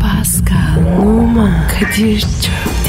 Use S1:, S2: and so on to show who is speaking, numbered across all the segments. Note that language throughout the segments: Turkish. S1: Pascal, Oman, Kadir çok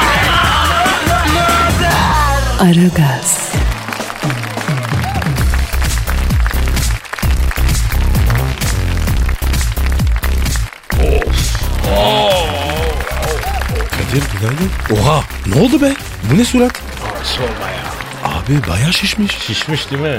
S1: Aragaz,
S2: Kadir günaydın. Oha ne oldu be? Bu ne surat?
S3: Sorma ya.
S2: Abi bayağı şişmiş.
S3: Şişmiş değil mi?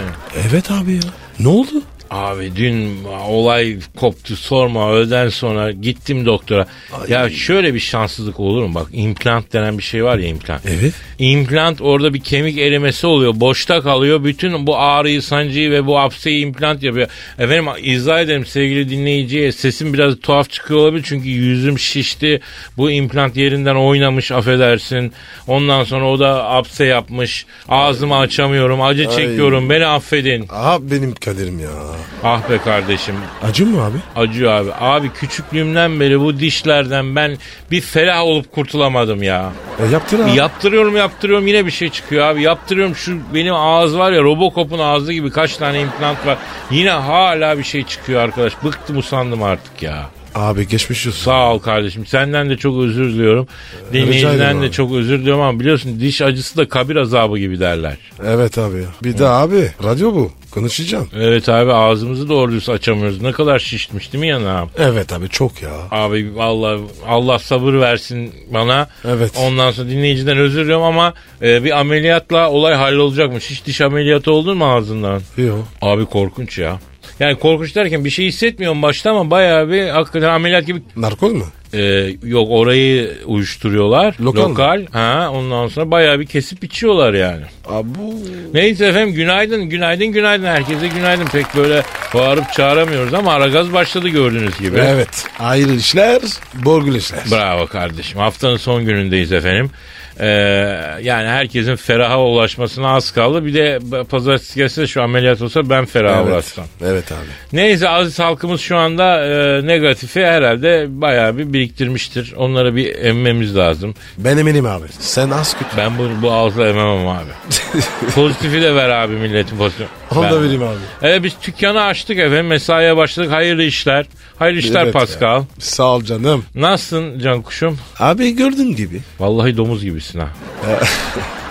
S2: Evet abi ya. Ne oldu?
S3: Abi dün olay koptu sorma öğleden sonra gittim doktora. Ya şöyle bir şanssızlık olur mu? Bak implant denen bir şey var ya implant.
S2: Evet.
S3: İmplant orada bir kemik erimesi oluyor. Boşta kalıyor. Bütün bu ağrıyı, sancıyı ve bu hapseyi implant yapıyor. Efendim izah ederim sevgili dinleyiciye. Sesim biraz tuhaf çıkıyor olabilir. Çünkü yüzüm şişti. Bu implant yerinden oynamış affedersin. Ondan sonra o da hapse yapmış. Ağzımı açamıyorum. Acı çekiyorum. Beni affedin.
S4: Aha benim kaderim ya.
S3: Ah be kardeşim
S2: Acı mı abi?
S3: acıyor abi. Abi küçüklüğümden beri bu dişlerden ben bir felah olup kurtulamadım ya.
S2: E, yaptın abi.
S3: Yaptırıyorum yaptırıyorum yine bir şey çıkıyor abi. Yaptırıyorum şu benim ağız var ya Robocop'un ağzı gibi kaç tane implant var. Yine hala bir şey çıkıyor arkadaş. Bıktım usandım artık ya.
S2: Abi geçmiş olsun.
S3: Sağ ol kardeşim. Senden de çok özür diliyorum. Dinleyiciden
S2: ederim
S3: de
S2: abi.
S3: çok özür diliyorum ama biliyorsun diş acısı da kabir azabı gibi derler.
S2: Evet abi ya. Bir de abi radyo bu. Konuşacağım.
S3: Evet abi ağzımızı doğru düz açamıyoruz. Ne kadar şişmiş değil mi yanağım?
S2: Evet abi çok ya.
S3: Abi vallahi Allah sabır versin bana.
S2: Evet.
S3: Ondan sonra dinleyiciden özür diliyorum ama e, bir ameliyatla olay hallolacakmış. Hiç diş ameliyatı oldun mu ağzından?
S2: Yo.
S3: Abi korkunç ya. Yani korkunç derken bir şey hissetmiyorum başta ama bayağı bir hakikaten ameliyat gibi
S2: Narkoz mu?
S3: e, yok orayı uyuşturuyorlar.
S2: Lokal mı?
S3: Ha ondan sonra bayağı bir kesip biçiyorlar yani.
S2: Abu.
S3: Neyse efendim günaydın günaydın günaydın herkese günaydın. Pek böyle bağırıp çağıramıyoruz ama Aragaz başladı gördüğünüz gibi.
S2: Evet. Ayrı işler, borgul işler.
S3: Bravo kardeşim. Haftanın son günündeyiz efendim. Ee, yani herkesin feraha ulaşmasına az kaldı. Bir de pazartesi gelse de şu ameliyat olsa ben feraha
S2: evet.
S3: ulaşsam.
S2: evet abi.
S3: Neyse aziz halkımız şu anda e, negatifi herhalde bayağı bir biriktirmiştir. Onlara bir emmemiz lazım.
S2: Ben eminim abi. Sen az kötü.
S3: Ben bu, bu ağızla emmem abi. pozitifi de ver abi milletin pozitifi.
S2: Onu
S3: Ben-
S2: da vereyim abi.
S3: Evet biz dükkanı açtık efendim. Mesaiye başladık. Hayırlı işler. Hayırlı işler
S2: Evet ya.
S3: Pascal.
S2: Sağ ol canım.
S3: Nasılsın can kuşum?
S2: Abi gördün gibi.
S3: Vallahi domuz gibisin ha.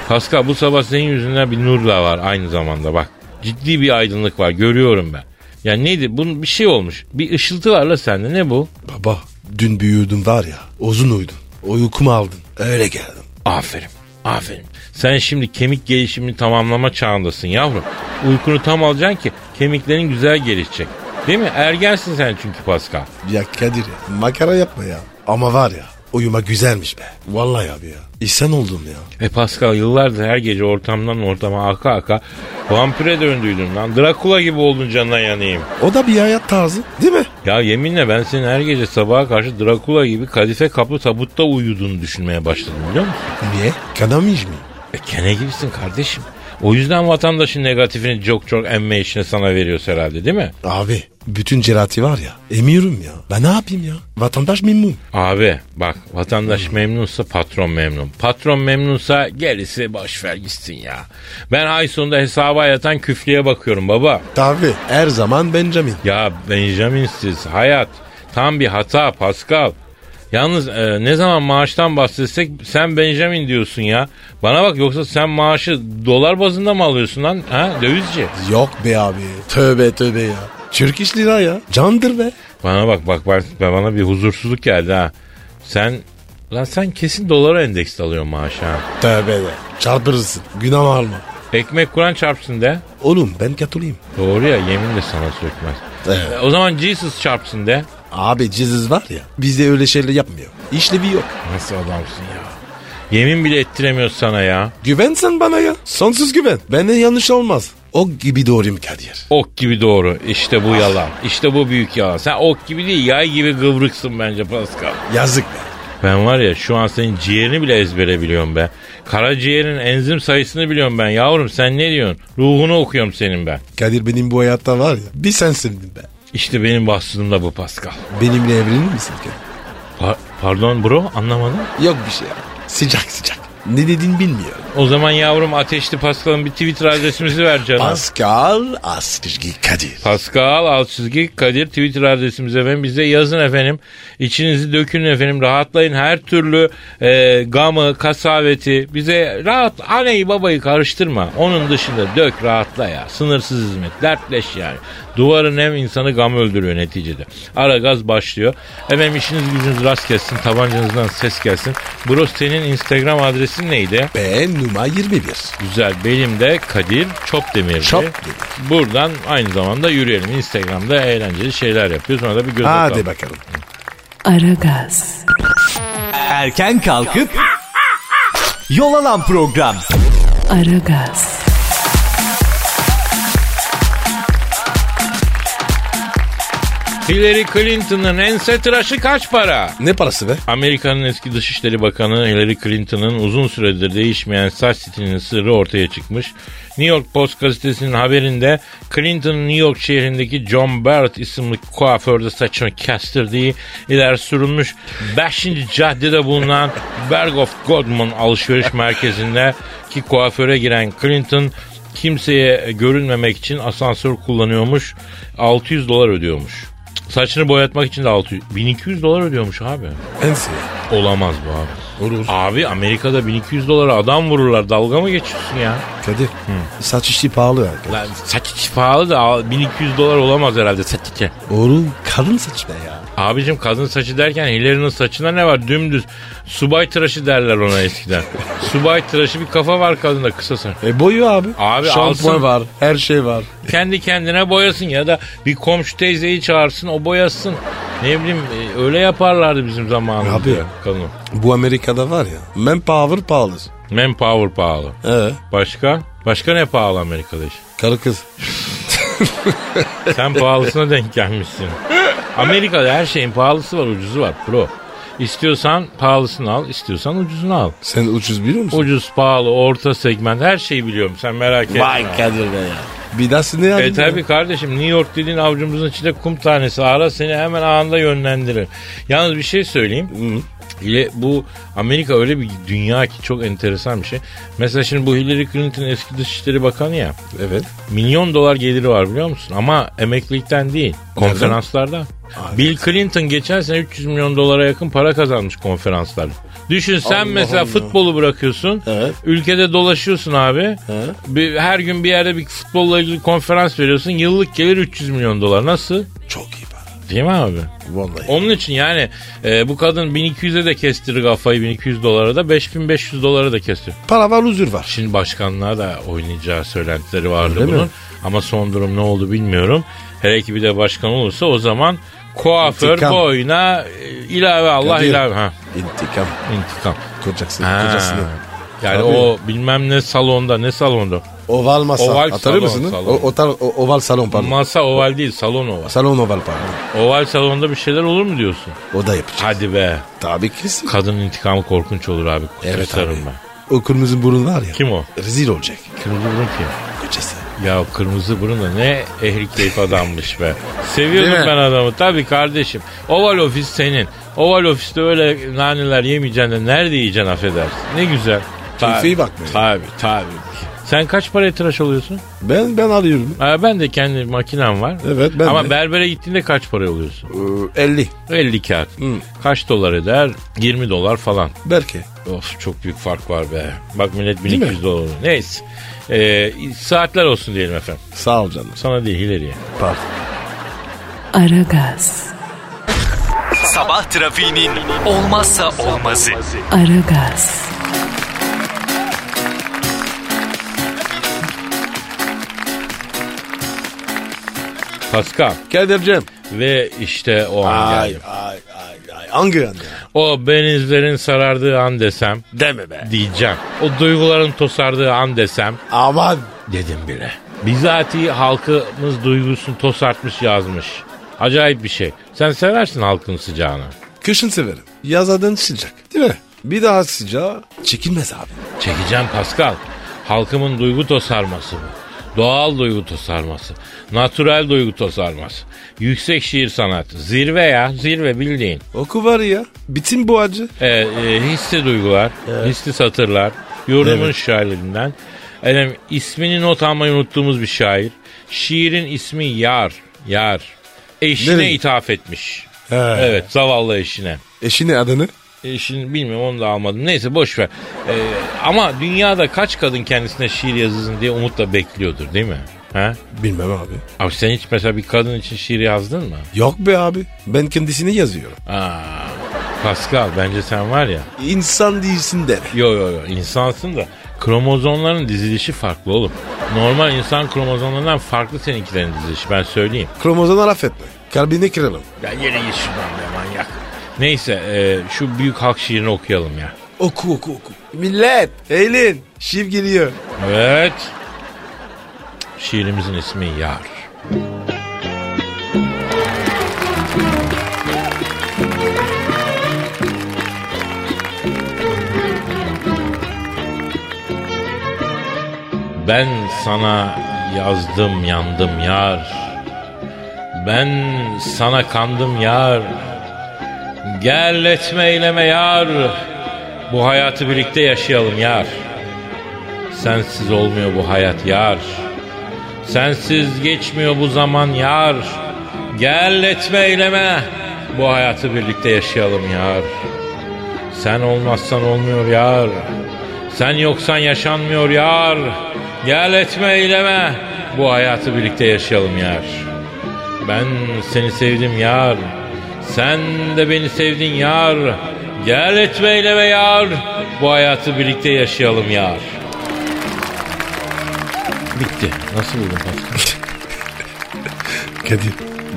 S3: Pascal bu sabah senin yüzünden bir nur da var aynı zamanda bak. Ciddi bir aydınlık var görüyorum ben. Ya neydi? Bunun bir şey olmuş. Bir ışıltı var la sende. Ne bu?
S2: Baba dün büyüdüm var ya uzun uyudum. O uykumu aldın. Öyle geldim.
S3: Aferin. Aferin. Sen şimdi kemik gelişimini tamamlama çağındasın yavrum. Uykunu tam alacaksın ki kemiklerin güzel gelişecek. Değil mi? Ergensin sen çünkü Pascal.
S2: Ya Kadir ya, makara yapma ya. Ama var ya uyuma güzelmiş be. Vallahi abi ya. İhsan oldum ya.
S3: E Pascal yıllardır her gece ortamdan ortama aka aka vampire döndüydün lan. Drakula gibi oldun canına yanayım.
S2: O da bir hayat tarzı değil mi?
S3: Ya yeminle ben senin her gece sabaha karşı Drakula gibi kadife kaplı tabutta uyuduğunu düşünmeye başladım biliyor musun?
S2: Niye? Kanamış mı?
S3: E kene gibisin kardeşim. O yüzden vatandaşın negatifini çok çok emme işine sana veriyoruz herhalde değil mi?
S2: Abi bütün cerati var ya emiyorum ya. Ben ne yapayım ya? Vatandaş memnun.
S3: Abi bak vatandaş memnunsa patron memnun. Patron memnunsa gerisi boşver gitsin ya. Ben ay sonunda hesaba yatan küflüye bakıyorum baba.
S2: Tabi her zaman Benjamin.
S3: Ya Benjamin'siz hayat tam bir hata Pascal. Yalnız e, ne zaman maaştan bahsetsek sen Benjamin diyorsun ya. Bana bak yoksa sen maaşı dolar bazında mı alıyorsun lan? Ha dövizci.
S2: Yok be abi. Tövbe tövbe ya. Türk iş lira ya. Candır be.
S3: Bana bak bak bak bana bir huzursuzluk geldi ha. Sen lan sen kesin dolara endeksli alıyorsun maaşı ha.
S2: Tövbe de. Çarpırırsın. Günah alma.
S3: Ekmek Kur'an çarpsın de.
S2: Oğlum ben katılayım.
S3: Doğru ya yemin de sana sökmez.
S2: Evet.
S3: E, o zaman Jesus çarpsın de.
S2: Abi cızız var ya. Bizde öyle şeyler yapmıyor. İşlevi yok.
S3: Nasıl adamsın ya. Yemin bile ettiremiyoruz sana ya.
S2: Güven sen bana ya. Sonsuz güven. Benden yanlış olmaz. O gibi doğruyum Kadir.
S3: Ok gibi doğru. İşte bu yalan. İşte bu büyük yalan. Sen ok gibi değil yay gibi kıvrıksın bence Pascal.
S2: Yazık be.
S3: Ben var ya şu an senin ciğerini bile ezbere biliyorum be. Karaciğerin enzim sayısını biliyorum ben yavrum sen ne diyorsun? Ruhunu okuyorum senin ben.
S2: Kadir benim bu hayatta var ya bir sen sevdin be.
S3: İşte benim bahsediğim da bu Pascal.
S2: Benimle evlenir misin Kadir?
S3: Pa- pardon bro anlamadım.
S2: Yok bir şey. Sıcak sıcak. Ne dediğini bilmiyorum.
S3: O zaman yavrum ateşli Pascal'ın bir Twitter adresimizi ver canım.
S2: Pascal Askışki Kadir.
S3: Pascal alt çizgi Kadir Twitter adresimiz efendim. Bize yazın efendim. İçinizi dökün efendim. Rahatlayın. Her türlü e, gamı, kasaveti bize rahat aneyi babayı karıştırma. Onun dışında dök rahatla ya. Sınırsız hizmet. Dertleş yani. Duvarın hem insanı gam öldürüyor neticede. Ara gaz başlıyor. Efendim işiniz gücünüz rast gelsin. Tabancanızdan ses gelsin. Bro senin Instagram adresin neydi?
S2: Ben numara 21.
S3: Güzel. Benim de Kadir Çopdemir'di.
S2: Çopdemir.
S3: Buradan aynı zamanda yürüyelim. Instagram'da eğlenceli şeyler yapıyoruz. Ona da bir göz
S2: Hadi
S3: atalım.
S2: bakalım.
S1: Aragaz,
S5: Erken kalkıp yol alan program.
S1: Aragaz,
S3: Hillary Clinton'ın ense tıraşı kaç para?
S2: Ne parası be?
S3: Amerika'nın eski Dışişleri Bakanı Hillary Clinton'ın uzun süredir değişmeyen saç stilinin sırrı ortaya çıkmış. New York Post gazetesinin haberinde Clinton'ın New York şehrindeki John Barrett isimli kuaförde saçını kestirdiği ileri sürülmüş 5. caddede bulunan Berg of Godman alışveriş merkezinde ki kuaföre giren Clinton kimseye görünmemek için asansör kullanıyormuş 600 dolar ödüyormuş. Saçını boyatmak için de 600, 1200 dolar ödüyormuş abi.
S2: Ense.
S3: Olamaz bu abi.
S2: Olur.
S5: Ah.
S3: Abi Amerika'da 1200 dolara adam vururlar. Dalga mı geçiyorsun ya?
S2: Kadir. Saç işi pahalı ya.
S3: Lan saç içi pahalı da al- 1200 dolar olamaz herhalde saç içi.
S2: Oğlum kadın saç be ya.
S3: Abicim kadın saçı derken Hillary'nin saçına ne var? Dümdüz. Subay tıraşı derler ona eskiden. Subay tıraşı bir kafa var kadında kısa saç.
S2: E boyu abi.
S3: Abi alsın.
S2: Şampuan var. Her şey var.
S3: Kendi kendine boyasın ya da bir komşu teyzeyi çağırsın o boyasın. Ne bileyim e, öyle yaparlardı bizim zamanımızda.
S2: Abi ya.
S3: Kadın.
S2: Bu Amerika'da var ya. Manpower pahalı.
S3: Manpower pahalı.
S2: Ee,
S3: Başka? Başka ne pahalı Amerika'da işte?
S2: karı kız.
S3: Sen pahalısına denk gelmişsin. Amerika'da her şeyin pahalısı var, ucuzu var pro. İstiyorsan pahalısını al, istiyorsan ucuzunu al.
S2: Sen ucuz biliyor musun?
S3: Ucuz, pahalı, orta segment her şeyi biliyorum sen merak etme.
S2: Kadir be ya. Bir daha ne
S3: E
S2: yapayım ya?
S3: tabi kardeşim New York dediğin avucumuzun içinde kum tanesi. Ara seni hemen anında yönlendirir. Yalnız bir şey söyleyeyim. Hile, bu Amerika öyle bir dünya ki çok enteresan bir şey. Mesela şimdi bu Hillary Clinton eski Dışişleri Bakanı ya.
S2: Evet.
S3: Milyon dolar geliri var biliyor musun? Ama emeklilikten değil. Konferanslarda. Bill Clinton geçen sene 300 milyon dolara yakın para kazanmış konferanslarda. Düşün sen mesela futbolu bırakıyorsun.
S2: Evet.
S3: Ülkede dolaşıyorsun abi. Bir, her gün bir yerde bir futbolla ilgili konferans veriyorsun. Yıllık gelir 300 milyon dolar. Nasıl?
S2: Çok iyi para.
S3: Değil mi abi?
S2: Vallahi.
S3: Onun için yani e, bu kadın 1200'e de kestirir kafayı 1200 dolara da 5500 dolara da kestirir.
S2: Para var huzur var.
S3: Şimdi başkanlığa da oynayacağı söylentileri vardı
S2: Öyle mi?
S3: bunun. Ama son durum ne oldu bilmiyorum. Hele ki bir de başkan olursa o zaman kuaför
S2: İntikam.
S3: boyuna e, ilave Allah
S2: Kadir.
S3: ilave ha
S2: İntikam.
S3: intikam.
S2: Kocaksın.
S3: Ha.
S2: Kocasını.
S3: Yani
S2: Tabii.
S3: o bilmem ne salonda ne salonda.
S2: Oval masa.
S3: Oval
S2: Hatırlıyor
S3: salon,
S2: musun?
S3: salon.
S2: O, otal, o- oval salon pardon.
S3: Masa oval değil salon oval.
S2: salon oval pardon.
S3: Oval salonda bir şeyler olur mu diyorsun?
S2: O da yapacak.
S3: Hadi be.
S2: Tabii kesin.
S3: Kadının intikamı korkunç olur abi.
S2: Evet
S3: Kusarım
S2: abi.
S3: ben.
S2: O kırmızı burun var ya.
S3: Kim o?
S2: Rezil olacak.
S3: Kırmızı burun kim?
S2: Kocası.
S3: Ya kırmızı burun da ne ehli keyif adammış be. Seviyordum
S2: Değil mi?
S3: ben adamı. Tabii kardeşim. Oval ofis senin. Oval ofiste öyle naneler yemeyeceksin de nerede yiyeceksin affedersin. Ne güzel.
S2: Keyfe iyi bakmıyor.
S3: Tabii tabii. Sen kaç paraya tıraş oluyorsun?
S2: Ben ben alıyorum.
S3: Aa, Ee, ben de kendi makinem var.
S2: Evet, ben
S3: Ama
S2: de.
S3: berbere gittiğinde kaç para oluyorsun?
S2: Ee, 50
S3: 50 kağıt. Kaç dolar eder? 20 dolar falan.
S2: belki.
S3: Of çok büyük fark var be. Bak millet
S2: mi?
S3: 1200 dolar. oluyor. Neyse. Ee, saatler olsun diyelim efendim.
S2: Sağ ol canım.
S3: Sana değil Hilary'e.
S2: Pardon.
S1: Aragaz,
S5: Sabah trafiğinin olmazsa olmazı.
S1: Aragaz,
S3: Pascal.
S2: Kadir'cim.
S3: Ve işte o an
S2: Ay
S3: geldi.
S2: ay ay ay. Hangi an ya?
S3: O benizlerin sarardığı an desem
S2: Deme be.
S3: diyeceğim. O duyguların tosardığı an desem
S2: Aman.
S3: dedim bile. Bizatihi halkımız duygusunu tosartmış yazmış. Acayip bir şey. Sen seversin halkın sıcağını.
S2: Kışın severim. Yaz adın sıcak değil mi? Bir daha sıcağı çekilmez abi.
S3: Çekeceğim Pascal. Halkımın duygu tosarması bu. Doğal duygu tosarması. Natural duygu tosarması. Yüksek şiir sanatı. Zirve ya zirve bildiğin.
S2: Oku var ya. Bitin bu acı.
S3: Ee, e, hissi duygular, hissi satırlar. Yorumun şairlerinden. Efendim, ismini not almayı unuttuğumuz bir şair. Şiirin ismi Yar. Yar. Eşine
S2: Nereye?
S3: ithaf etmiş.
S2: He.
S3: Evet zavallı eşine.
S2: Eşini adını?
S3: E, şimdi bilmiyorum onu da almadım. Neyse boş ver. E, ama dünyada kaç kadın kendisine şiir yazılsın diye umutla bekliyordur değil mi? Ha?
S2: Bilmem abi.
S3: Abi sen hiç mesela bir kadın için şiir yazdın mı?
S2: Yok be abi. Ben kendisini yazıyorum.
S3: Aa, Pascal bence sen var ya.
S2: İnsan değilsin deme.
S3: Yo yo yo insansın da kromozomların dizilişi farklı oğlum. Normal insan kromozomlarından farklı seninkilerin dizilişi ben söyleyeyim.
S2: Kromozomlar affetme. Kalbini kıralım.
S3: Ya yere git şuradan be manyak. Neyse e, şu büyük halk şiirini okuyalım ya.
S2: Oku oku oku. Millet eğlen. Şiv geliyor.
S3: Evet. Şiirimizin ismi Yar. Ben sana yazdım yandım yar. Ben sana kandım yar. Gel etme eyleme yar. Bu hayatı birlikte yaşayalım yar. Sensiz olmuyor bu hayat yar. Sensiz geçmiyor bu zaman yar. Gel etme eyleme. Bu hayatı birlikte yaşayalım yar. Sen olmazsan olmuyor yar. Sen yoksan yaşanmıyor yar. Gel etme eyleme. Bu hayatı birlikte yaşayalım yar. Ben seni sevdim yar. Sen de beni sevdin yar. Gel etme eyleme yar. Bu hayatı birlikte yaşayalım yar. Bitti. Nasıl buldun Pascal?
S2: Kadir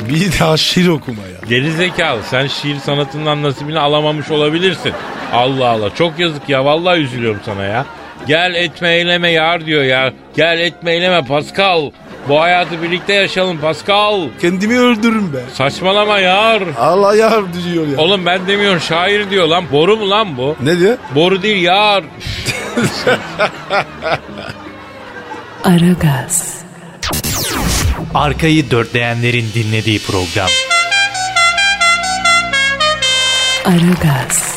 S2: bir daha şiir okuma ya.
S3: Geri zekalı. Sen şiir sanatından nasibini alamamış olabilirsin. Allah Allah. Çok yazık ya. Vallahi üzülüyorum sana ya. Gel etme eyleme yar diyor ya. Gel etme eyleme Pascal. Bu hayatı birlikte yaşayalım Pascal.
S2: Kendimi öldürürüm be.
S3: Saçmalama yar.
S2: Allah yar diyor ya.
S3: Oğlum ben demiyorum şair diyor lan. Boru mu lan bu?
S2: Ne diyor?
S3: Boru değil yar.
S1: Aragaz,
S5: Arkayı dörtleyenlerin dinlediği program.
S1: Aragaz,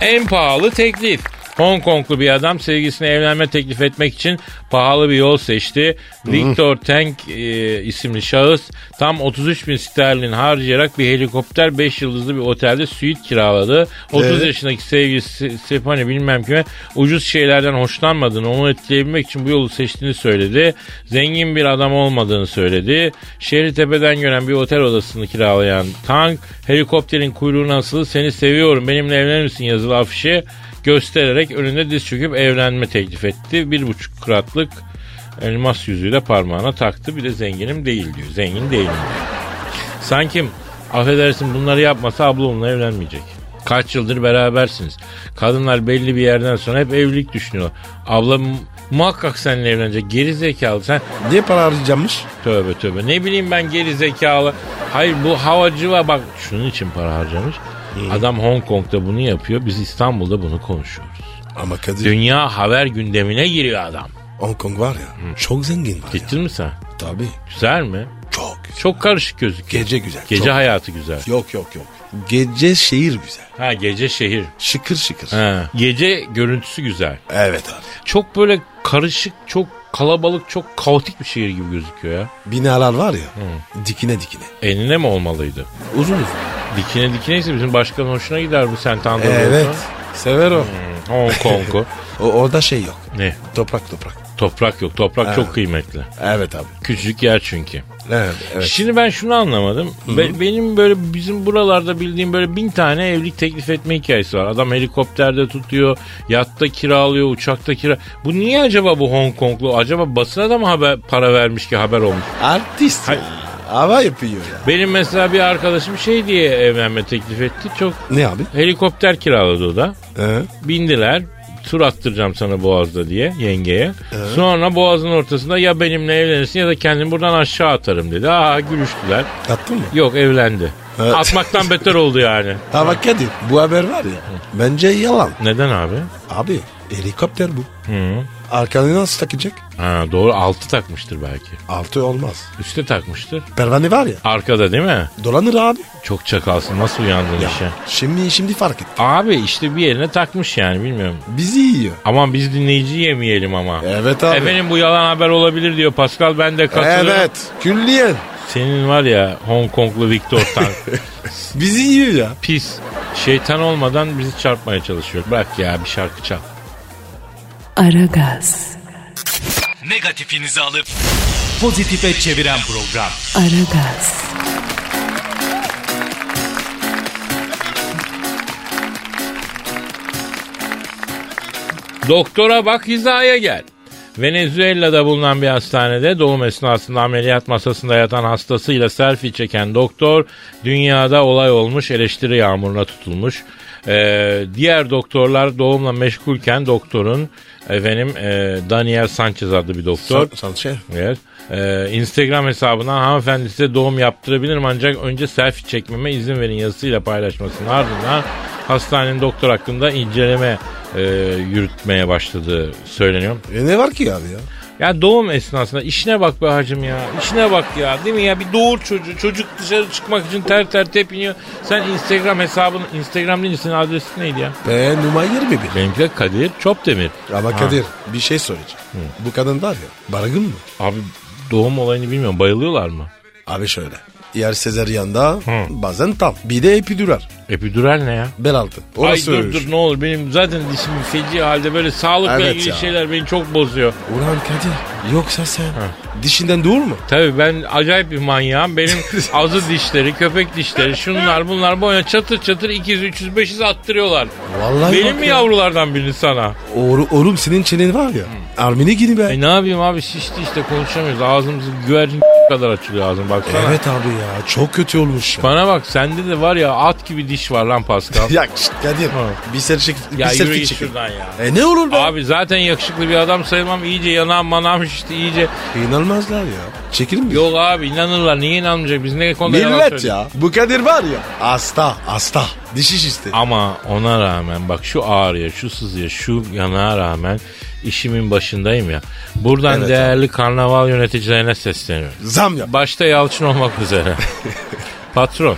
S3: En pahalı teklif. Hong Konglu bir adam sevgisine evlenme teklif etmek için pahalı bir yol seçti. Victor Tank e, isimli şahıs tam 33 bin sterlin harcayarak bir helikopter 5 yıldızlı bir otelde suite kiraladı. 30
S2: Evet.
S3: yaşındaki sevgilisi Stefani bilmem kime ucuz şeylerden hoşlanmadığını onu etkileyebilmek için bu yolu seçtiğini söyledi. Zengin bir adam olmadığını söyledi. Şehri tepeden gören bir otel odasını kiralayan Tank helikopterin kuyruğuna asılı seni seviyorum benimle evlenir misin yazılı afişi göstererek önünde diz çöküp evlenme teklif etti. Bir buçuk kratlık elmas yüzüğüyle parmağına taktı bir de zenginim değil diyor. Zengin değilim diyor. Sanki affedersin bunları yapmasa abla onunla evlenmeyecek. Kaç yıldır berabersiniz. Kadınlar belli bir yerden sonra hep evlilik düşünüyorlar. Abla mu- muhakkak seninle evlenecek. Geri zekalı sen
S2: Niye para harcamış?
S3: Tövbe tövbe. Ne bileyim ben geri zekalı. Hayır bu havacıva bak şunun için para harcamış. Adam Hong Kong'da bunu yapıyor. Biz İstanbul'da bunu konuşuyoruz.
S2: Ama Kadir
S3: Dünya haber gündemine giriyor adam.
S2: Hong Kong var ya
S3: Hmm.
S2: çok zengin var
S3: Gittin mi sen?
S2: ya. Tabii
S3: Güzel mi?
S2: çok.
S3: Çok karışık gözüküyor.
S2: Gece güzel.
S3: Gece
S2: çok.
S3: hayatı güzel.
S2: Yok yok yok. Gece şehir güzel.
S3: Ha gece şehir.
S2: Şıkır şıkır.
S3: Ha. Gece görüntüsü güzel.
S2: Evet abi.
S3: Çok böyle karışık, çok kalabalık, çok kaotik bir şehir gibi gözüküyor ya.
S2: Binalar var ya
S3: Hmm.
S2: dikine dikine.
S3: Enine mi olmalıydı?
S2: Uzun uzun.
S3: Dikine dikineyse bizim başkanın hoşuna gider bu Sentanda.
S2: Evet. Sever o.
S3: Hmm. Hong Kong'u.
S2: o. Orada şey yok.
S3: ne?
S2: Toprak toprak.
S3: Toprak yok. Toprak çok kıymetli.
S2: Evet abi.
S3: Küçücük yer çünkü.
S2: Evet. evet.
S3: Şimdi ben şunu anlamadım. Be- benim böyle bizim buralarda bildiğim böyle bin tane evlilik teklif etme hikayesi var. Adam helikopterde tutuyor, yatta kiralıyor, uçakta kira. Bu niye acaba bu Hong Konglu? Acaba basına da mı haber para vermiş ki haber olmuş?
S2: Artist
S3: Hayır.
S2: ya. Hava yapıyor ya.
S3: Benim mesela bir arkadaşım şey diye evlenme teklif etti. Çok
S2: Ne abi?
S3: helikopter kiraladı o da.
S2: Ee?
S3: Bindiler. tur attıracağım sana boğazda diye yengeye. Sonra boğazın ortasında ya benimle evlenirsin ya da kendimi buradan aşağı atarım dedi. Aa gülüştüler.
S2: Attın mı?
S3: Yok evlendi.
S2: Evet.
S3: Atmaktan beter oldu yani.
S2: Ha bak Kadir bu haber var ya. Bence yalan.
S3: Neden abi?
S2: Abi helikopter bu.
S3: Hı.
S2: Arkanı nasıl takacak?
S3: Ha, doğru altı takmıştır belki.
S2: Altı olmaz.
S3: Üste takmıştır.
S2: Pervane var ya.
S3: Arkada değil mi?
S2: Dolanır abi.
S3: Çok çakalsın nasıl uyandın işe?
S2: Şimdi şimdi fark et.
S3: Abi işte bir yerine takmış yani bilmiyorum.
S2: Bizi yiyor.
S3: Aman biz dinleyici yemeyelim ama.
S2: Evet abi.
S3: Efendim bu yalan haber olabilir diyor Pascal ben de katılıyorum.
S2: Evet. Külliyen.
S3: Senin var ya Hong Konglu Victor Tank.
S2: Bizi yiyor ya.
S3: Pis. Şeytan olmadan bizi çarpmaya çalışıyor. Bırak ya bir şarkı çal.
S1: Aragaz,
S5: Negatifinizi alıp pozitife çeviren program.
S1: Aragaz,
S3: Doktora bak hizaya gel. Venezuela'da bulunan bir hastanede doğum esnasında ameliyat masasında yatan hastasıyla selfie çeken doktor dünyada olay olmuş eleştiri yağmuruna tutulmuş. Ee, diğer doktorlar doğumla meşgulken doktorun efendim e, Daniel Sanchez adlı bir doktor.
S2: Sanche.
S3: Evet. Ee, Instagram hesabından hanımefendi size doğum yaptırabilirim ancak önce selfie çekmeme izin verin yazısıyla paylaşmasının ardından hastanenin doktor hakkında inceleme e, yürütmeye başladığı söyleniyor.
S2: E ne var ki abi ya?
S3: Ya doğum esnasında işine bak be hacım ya. İşine bak ya değil mi ya? Bir doğur çocuğu. Çocuk dışarı çıkmak için ter ter tepiniyor. Sen Instagram hesabını, Instagram değil senin adresin neydi ya?
S2: Ben numayir mi E, bir?
S3: Benimki de Kadir Çopdemir.
S2: Ama Kadir bir şey soracağım. Bu kadın var ya bargın mı?
S3: Abi doğum olayını bilmiyorum. Bayılıyorlar mı?
S2: Abi şöyle. Yer sezeryanda bazen tam. Bir de epidural.
S3: Epidural ne ya?
S2: Bel altı.
S3: Ay
S2: Orası
S3: dur
S2: ölür.
S3: dur ne olur benim zaten dişim feci halde böyle sağlıkla
S2: Evet
S3: ilgili
S2: ya.
S3: şeyler beni çok bozuyor.
S2: Ulan Kadir yoksa sen dişinden doğur mu?
S3: Tabii ben acayip bir manyağım. Benim azı dişleri, köpek dişleri, şunlar bunlar boyuna çatır çatır 200 300 500 attırıyorlar.
S2: Vallahi
S3: Benim
S2: bak
S3: mi
S2: ya.
S3: yavrulardan birini sana?
S2: Oru- oğlum senin çenen var
S3: Hmm.
S2: ya. Armini gibi be.
S3: E ne yapayım abi şişti işte konuşamıyoruz. Ağzımızın güvercin kadar açılıyor ağzım baksana.
S2: Evet abi ya çok kötü olmuş ya.
S3: Bana bak sende de var ya at gibi diş var lan Pascal.
S2: Ya şşt Kadir
S3: Ha.
S2: bir selfie, bir
S3: ya yürü
S2: selfie
S3: git
S2: çekin.
S3: şuradan ya.
S2: E ne olur be?
S3: Abi zaten yakışıklı bir adam sayılmam. iyice yanağım manağım şişti iyice.
S2: İnanmazlar ya. Çekilir mi?
S3: Yok abi inanırlar. Niye inanmayacak? Biz ne konuda yalan
S2: Millet
S3: söyledik?
S2: ya. Bu Kadir var ya. Hasta hasta. Dişi şişti.
S3: Ama ona rağmen bak şu ağrıya, şu sızıya, şu yanağa rağmen işimin başındayım ya. Buradan
S2: Evet
S3: değerli karnaval yöneticilerine sesleniyorum.
S2: Zam yap.
S3: Başta Yalçın olmak üzere. Patron.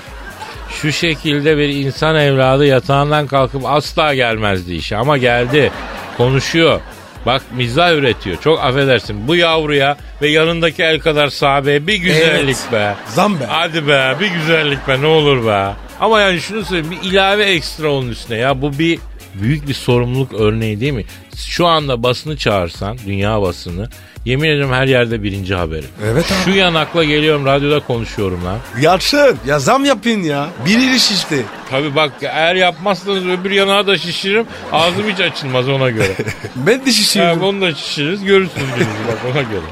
S3: Şu şekilde bir insan evladı yatağından kalkıp asla gelmezdi işe ama geldi. Konuşuyor. Bak mizah üretiyor. Çok affedersin. Bu yavruya ve yanındaki el kadar sahabeye bir güzellik
S2: Evet.
S3: be.
S2: Zam be.
S3: Hadi be bir güzellik be ne olur be. Ama yani şunu söyleyeyim bir ilave ekstra onun üstüne ya bu bir büyük bir sorumluluk örneği değil mi? Şu anda basını çağırsan dünya basını yemin ederim her yerde birinci haberi.
S2: Evet abi.
S3: Şu yanakla geliyorum radyoda konuşuyorum lan.
S2: Yatsın. Ya zam yapın ya. Biri şişti.
S3: Tabi bak eğer yapmazsanız öbür yanağı da şişiririm ağzım hiç açılmaz ona göre.
S2: Ben dişi
S3: ha,
S2: şişirdim.
S3: onu da şişiririz görürsünüz bizi bak ona göre.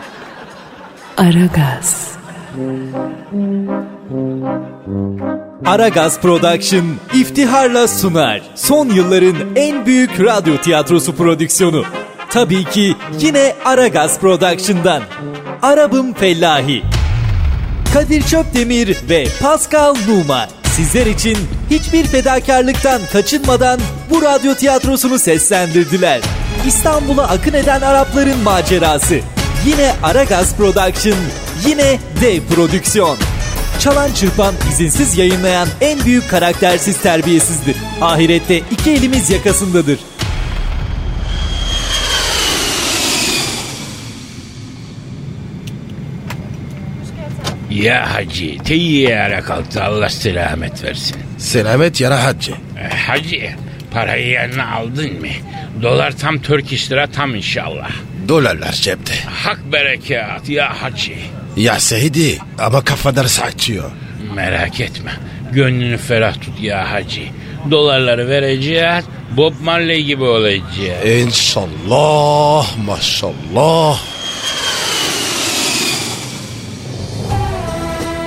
S1: Aragaz,
S6: Aragaz Production iftiharla sunar. Son yılların en büyük radyo tiyatrosu prodüksiyonu. Tabii ki yine Aragaz Production'dan. Arabım Fellahi. Kadir Çöpdemir ve Pascal Numa sizler için hiçbir fedakarlıktan kaçınmadan bu radyo tiyatrosunu seslendirdiler. İstanbul'a akın eden Arapların macerası. Yine Aragaz Production, yine D Prodüksiyon. Çalan çırpan izinsiz yayınlayan en büyük karaktersiz terbiyesizdir. Ahirette iki elimiz yakasındadır.
S3: Ya hacı teyyara kalktı Allah selamet versin.
S2: Selamet yara hacı.
S3: E, Hacı parayı yerine aldın mı? Dolar tam Turkish lira tam inşallah.
S2: Dolarlar cepte.
S3: Hak berekat ya hacı.
S2: Ya Seydi ama kafaları saçıyor.
S3: Merak etme. Gönlünü ferah tut ya hacı. Dolarları vereceğiz. Bob Marley gibi olacağız.
S2: İnşallah maşallah.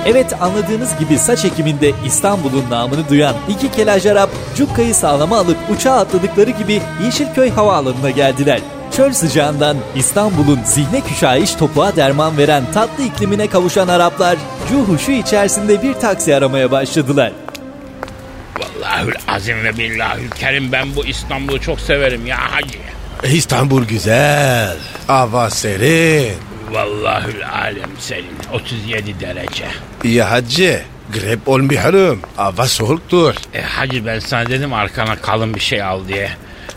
S6: Evet anladığınız gibi saç ekiminde İstanbul'un namını duyan iki kelaj Arap cukkayı sağlama alıp uçağa atladıkları gibi Yeşilköy Havaalanı'na geldiler. Çöl sıcağından İstanbul'un zihne küşayiş topuğa derman veren tatlı iklimine kavuşan Araplar cuhuşu içerisinde bir taksi aramaya başladılar.
S3: Allahül azim ve billahül kerim ben bu İstanbul'u çok severim ya hacı.
S2: E, İstanbul güzel. Hava serin.
S3: Vallahül alem senin 37 derece.
S2: Ya hacı. Grep olmayalım. Hava soğuktur.
S3: E, hacı ben sana dedim arkana kalın bir şey al diye.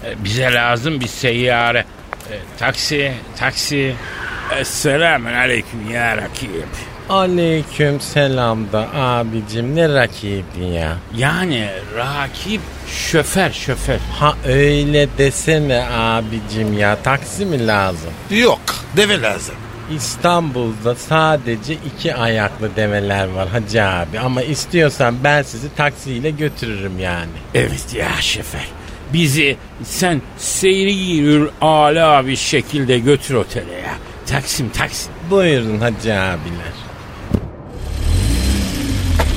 S3: E, bize lazım bir seyyare. E, taksi, taksi. Esselamun aleyküm ya rakip.
S7: Aleyküm selam da abicim ne rakibi ya.
S3: Yani rakip şoför şoför.
S7: Ha öyle desene abicim ya taksi mi lazım?
S2: Yok. Deve lazım.
S7: İstanbul'da sadece iki ayaklı develer var hacı abi ama istiyorsan ben sizi taksiyle götürürüm yani.
S3: Evet ya şoför. Bizi sen seyri yürür ala bir şekilde götür otele ya. Taksim taksim.
S7: Buyurun hacı abiler.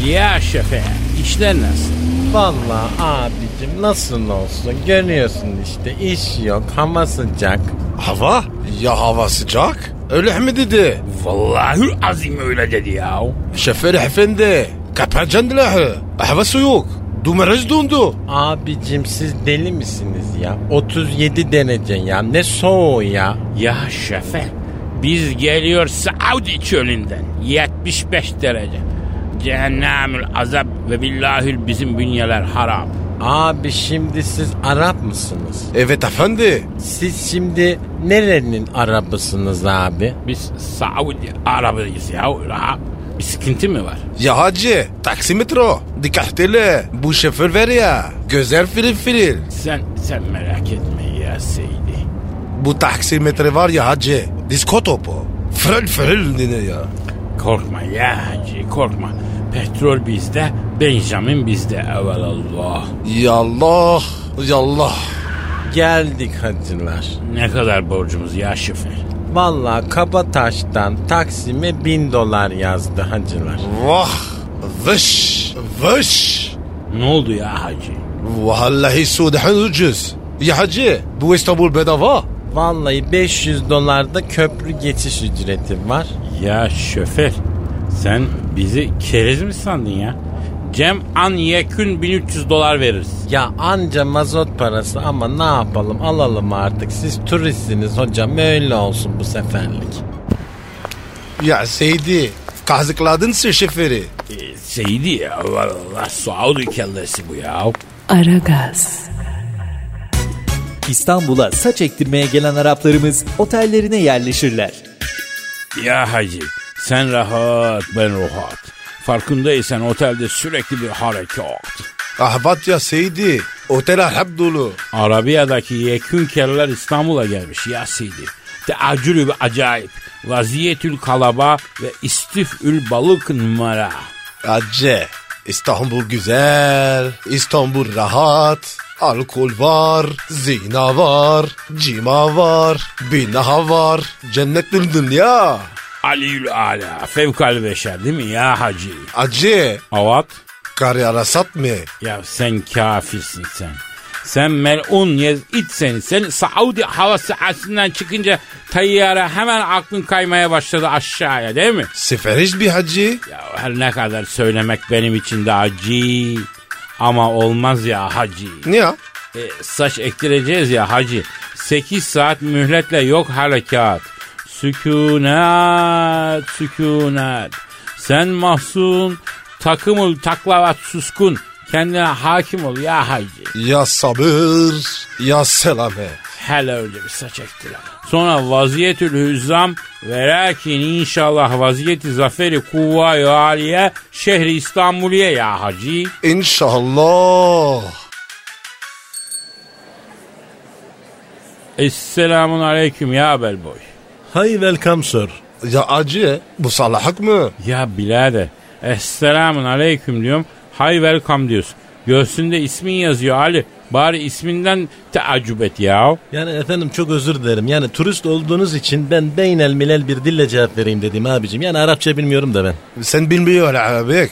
S3: Ya şoför işler nasıl?
S7: Vallahi abicim nasıl olsun görüyorsun işte iş yok hava sıcak.
S2: Hava? Ya hava sıcak. Öyle mi dedi?
S3: Vallahi azim öyle dedi ya.
S2: Şoför efendi. Kapat candilahı. Hava soğuk. Dumaraj dondu.
S7: Abicim siz deli misiniz ya? 37 derece ya ne soğuğu ya.
S3: Ya şoför biz geliyor Saudi çölünden 75 derece. Cehennemül azap ve billahül bizim bünyeler haram.
S7: Abi şimdi siz Arap mısınız?
S2: Evet efendi.
S7: Siz şimdi nerenin Arabısınız abi?
S3: Biz Saudi Arabıyız ya. Rahat. Bir sıkıntı mı var?
S2: Ya hacı. Taksimetre o. Dikkatli. Bu şoför var ya. Gözler firil firil.
S3: Sen sen merak etme ya Seydi.
S2: Bu taksimetre var ya hacı. Disko topu. Fırıl fırıl dinle ya.
S3: Korkma ya hacı korkma. Petrol bizde, Benjamin bizde evvelallah.
S2: Ya Allah. Ya Allah.
S7: Geldik hacılar.
S3: Ne kadar borcumuz ya şoför?
S7: Valla Kabataş'tan Taksim'e bin dolar yazdı hacılar.
S2: Vah. Vış. Vış.
S3: Ne oldu ya hacı?
S2: Vallahi Sudan ucuz. Ya hacı. Bu İstanbul bedava.
S7: Vallahi 500 dolarda köprü geçiş ücreti var.
S3: Ya şoför sen bizi keriz mi sandın ya? Cem an yekün 1300 dolar veririz.
S7: Ya anca mazot parası ama ne yapalım alalım artık. Siz turistsiniz hocam öyle olsun bu seferlik.
S2: Ya Seydi. Kazıkladın sen şoförü.
S3: Ee, Seydi ya Allah Saudi kellesi bu ya.
S1: Aragaz.
S6: İstanbul'a saç ektirmeye gelen Araplarımız otellerine yerleşirler.
S3: Ya hacı sen rahat ben rahat. Farkındaysan otelde sürekli bir harekat.
S2: Ahbat ya Seydi. Otel Arap dolu.
S3: Arabiya'daki yekün keller İstanbul'a gelmiş Yasidi. Teacülü ve acayip. Vaziyetül kalaba ve istifül balık numara.
S2: Hacı. İstanbul güzel. İstanbul rahat. Alkol var, zina var, cima var, binaha var, cennetül dünya.
S3: Aliül ala fevkal beşer değil mi ya hacı?
S2: Acı,
S3: Avat
S2: kar yara satma.
S3: ya sen kafirsin sen. Sen melun yez iç seni. Sen Saudi hava sahasından çıkınca tayyara hemen aklın kaymaya başladı aşağıya değil mi?
S2: Seferiş bir hacı.
S3: Ya her ne kadar söylemek benim için de acı. Ama olmaz ya hacı.
S2: Niye?
S3: E, saç ektireceğiz ya hacı. 8 saat mühletle yok harekat. Sükunet, sükunet. Sen mahzun, takımul taklavat suskun. Kendine hakim ol ya hacı.
S2: Ya sabır, ya selame.
S3: Hele öyle bir saç ektiler. Sonra vaziyetül hüzzam ve lakin inşallah vaziyeti zaferi kuvvayı aliye şehri İstanbul'ye ya hacı.
S2: İnşallah.
S3: Esselamun aleyküm ya belboy.
S2: Hi welcome sir. Ya acı, bu salahık mı?
S3: Ya birader. Esselamun aleyküm diyorum. Hay welcome diyorsun. Göğsünde ismin yazıyor Ali. Bari isminden teaccüp et ya.
S7: Yani efendim çok özür dilerim. Yani turist olduğunuz için ben beynel milel bir dille cevap vereyim dedim abicim. Yani Arapça bilmiyorum da ben.
S2: Sen bilmiyor Arabik.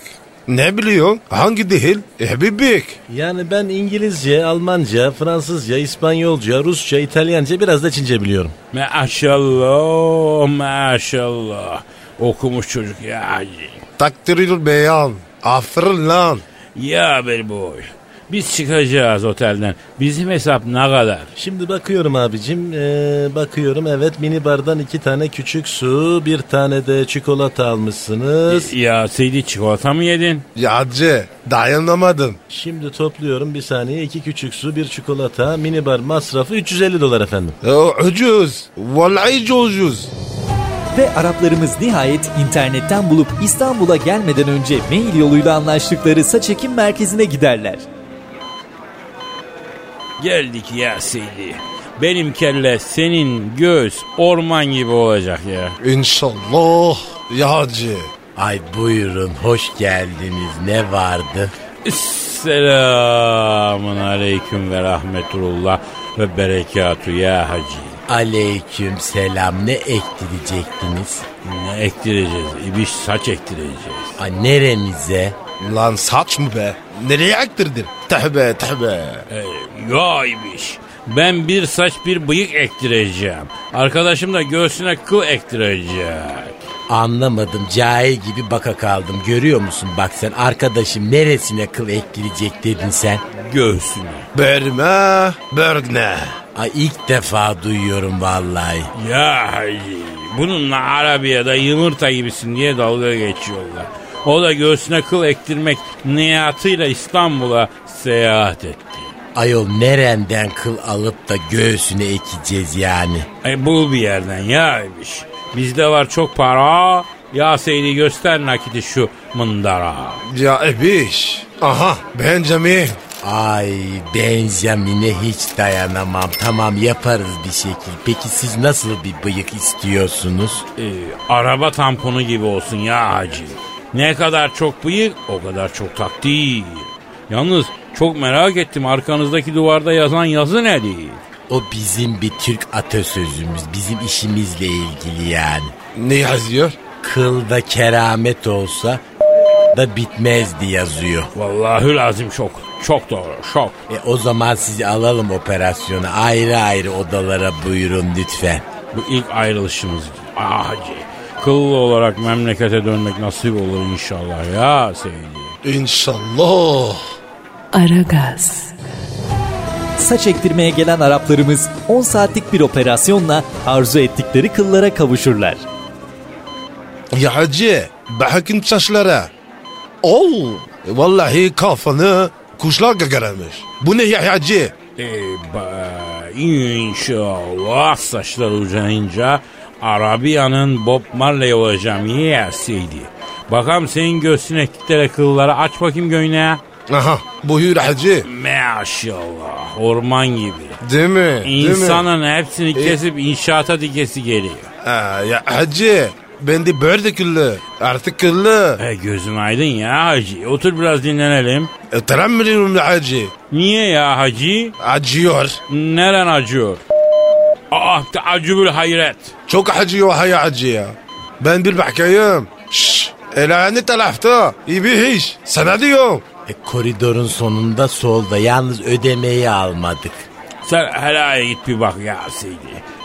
S2: Ne biliyorsun? Hangi dil? Ebibik.
S7: Yani ben İngilizce, Almanca, Fransızca, İspanyolca, Rusça, İtalyanca biraz da Çince biliyorum.
S3: Maşallah maşallah. Okumuş çocuk ya hacı.
S2: Takdirül beyan. Aferin lan.
S3: Ya bir boy. Biz çıkacağız otelden. Bizim hesap ne kadar?
S7: Şimdi bakıyorum abicim, ee, bakıyorum evet minibardan iki tane küçük su, bir tane de çikolata almışsınız.
S3: E, Ya Seydi çikolata mı yedin?
S2: Ya Hacı dayanamadım.
S7: Şimdi topluyorum bir saniye iki küçük su, bir çikolata, minibar masrafı 350 dolar efendim.
S2: O, ucuz. Vallahi ucuz.
S6: Ve Araplarımız nihayet internetten bulup İstanbul'a gelmeden önce mail yoluyla anlaştıkları saç ekim merkezine giderler.
S3: Geldik ya Seydi. Benim kelle senin göz orman gibi olacak ya.
S2: İnşallah. Ya Hacı.
S7: Ay buyurun hoş geldiniz ne vardı?
S3: Selamun aleyküm ve rahmetullah ve berekatü ya hacı.
S7: Aleyküm selam ne ektirecektiniz?
S3: Ne ektireceğiz? İbiş saç ektireceğiz.
S7: A, nerenize?
S2: Lan saç mı be? Nereye aktırdın? Tövbe tövbe.
S3: Ee, ya İbiş. Ben bir saç bir bıyık ektireceğim. Arkadaşım da göğsüne kıl ektirecek.
S7: Anlamadım cahil gibi baka kaldım görüyor musun bak sen arkadaşım neresine kıl ektirecek dedin sen?
S3: Göğsüne.
S2: Berme, Bergne.
S7: Ay ilk defa duyuyorum vallahi.
S3: Ya hacı. Bununla Arabiya'da yumurta gibisin diye dalga geçiyorlar. O da göğsüne kıl ektirmek niyatıyla İstanbul'a seyahat etti.
S7: Ayol nerenden kıl alıp da göğsüne ekeceğiz yani?
S3: Ay bul E, bir yerden yaymış. Bizde var çok para. Ya Seydi göster nakiti şu mındara.
S2: Ya ebiş. Aha Benjamin.
S7: Ay Benjamin'e hiç dayanamam. Tamam yaparız bir şekil. Peki siz nasıl bir bıyık istiyorsunuz?
S3: Ee, araba tamponu gibi olsun ya hacı. Ne kadar çok bıyık o kadar çok takdir. Yalnız çok merak ettim arkanızdaki duvarda yazan yazı ne değil?
S7: O bizim bir Türk atasözümüz. Bizim işimizle ilgili yani.
S2: Ne yazıyor?
S7: Kılda keramet olsa da bitmezdi yazıyor.
S3: Vallahi lazım çok. Çok doğru çok.
S7: E o zaman sizi alalım operasyona. Ayrı ayrı odalara buyurun lütfen.
S3: Bu ilk ayrılışımız. Ah hacı. Kıllı olarak memlekete dönmek nasip olur inşallah ya Seydi.
S2: İnşallah.
S1: Aragaz.
S6: Saç ektirmeye gelen Araplarımız 10 saatlik bir operasyonla arzu ettikleri kıllara kavuşurlar.
S2: Ya Hacı bakın saçlara. Oo, vallahi kafanı kuşlar gagaramış. Bu ne ya Hacı?
S3: Eyba, inşallah saçlar uzayınca Arabiya'nın Bob Marley olacağım yerseydi. Bakalım senin göğsüne kitlere kılları aç bakayım göğüne.
S2: Aha buyur Hacı.
S3: Maşallah orman gibi.
S2: Değil mi? Değil mi? E-
S3: İnsanın hepsini kesip inşaata dikesi geliyor.
S2: Ha, ya Hacı ben de böyle küllü. Artık küllü.
S3: E gözün aydın ya hacı. Otur biraz dinlenelim.
S2: Tıram veriyorum ya Hacı.
S3: Niye ya hacı?
S2: Acıyor.
S3: Neren acıyor? Ah acıbül hayret.
S2: Çok acıyor hay Hacı ya. Ben bir bakayım. Şşş. Elani tarafta. İyi bir iş. Sana diyorum.
S7: E, koridorun sonunda solda yalnız ödemeyi almadık.
S3: Sen helaya git bir bak ya Seydi.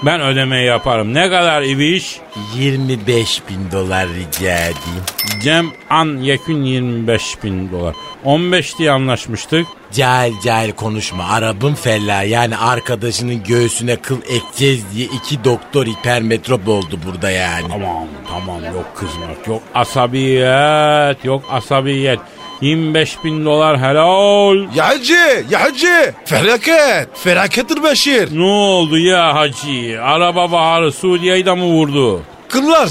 S3: Ben ödemeyi yaparım. Ne kadar ibiş?
S7: 25 bin dolar rica edeyim.
S3: Cem an yekün 25 bin dolar. 15 diye anlaşmıştık.
S7: Cahil cahil konuşma. Arabın fella yani arkadaşının göğsüne kıl ekeceğiz diye iki doktor hipermetrop oldu burada yani.
S3: Tamam tamam yok kızmak yok asabiyet yok asabiyet. 25 bin dolar helal.
S2: Ya Hacı. Ya Hacı. Felaket. Felakettir Beşir.
S3: Ne oldu ya hacı? Araba baharı Suriye'yi de mi vurdu?
S2: Kıllar.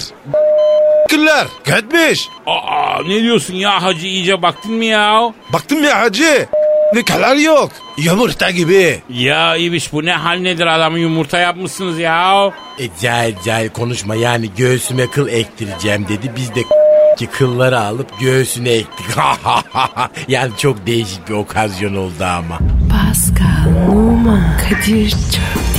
S2: Kıllar. Gitmiş.
S3: Aa ne diyorsun ya hacı iyice baktın mı ya?
S2: Baktım ya Hacı. Ne kadar yok. Yumurta gibi.
S3: Ya İbiş bu ne hal nedir adamı yumurta yapmışsınız ya?
S7: E cahil cahil konuşma yani göğsüme kıl ektireceğim dedi. Biz de ki kılları alıp göğsüne ektik. yani çok değişik bir okazyon oldu ama.
S1: Pascal, Pascal, Oman, Kadir çok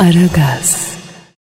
S1: Aragaz.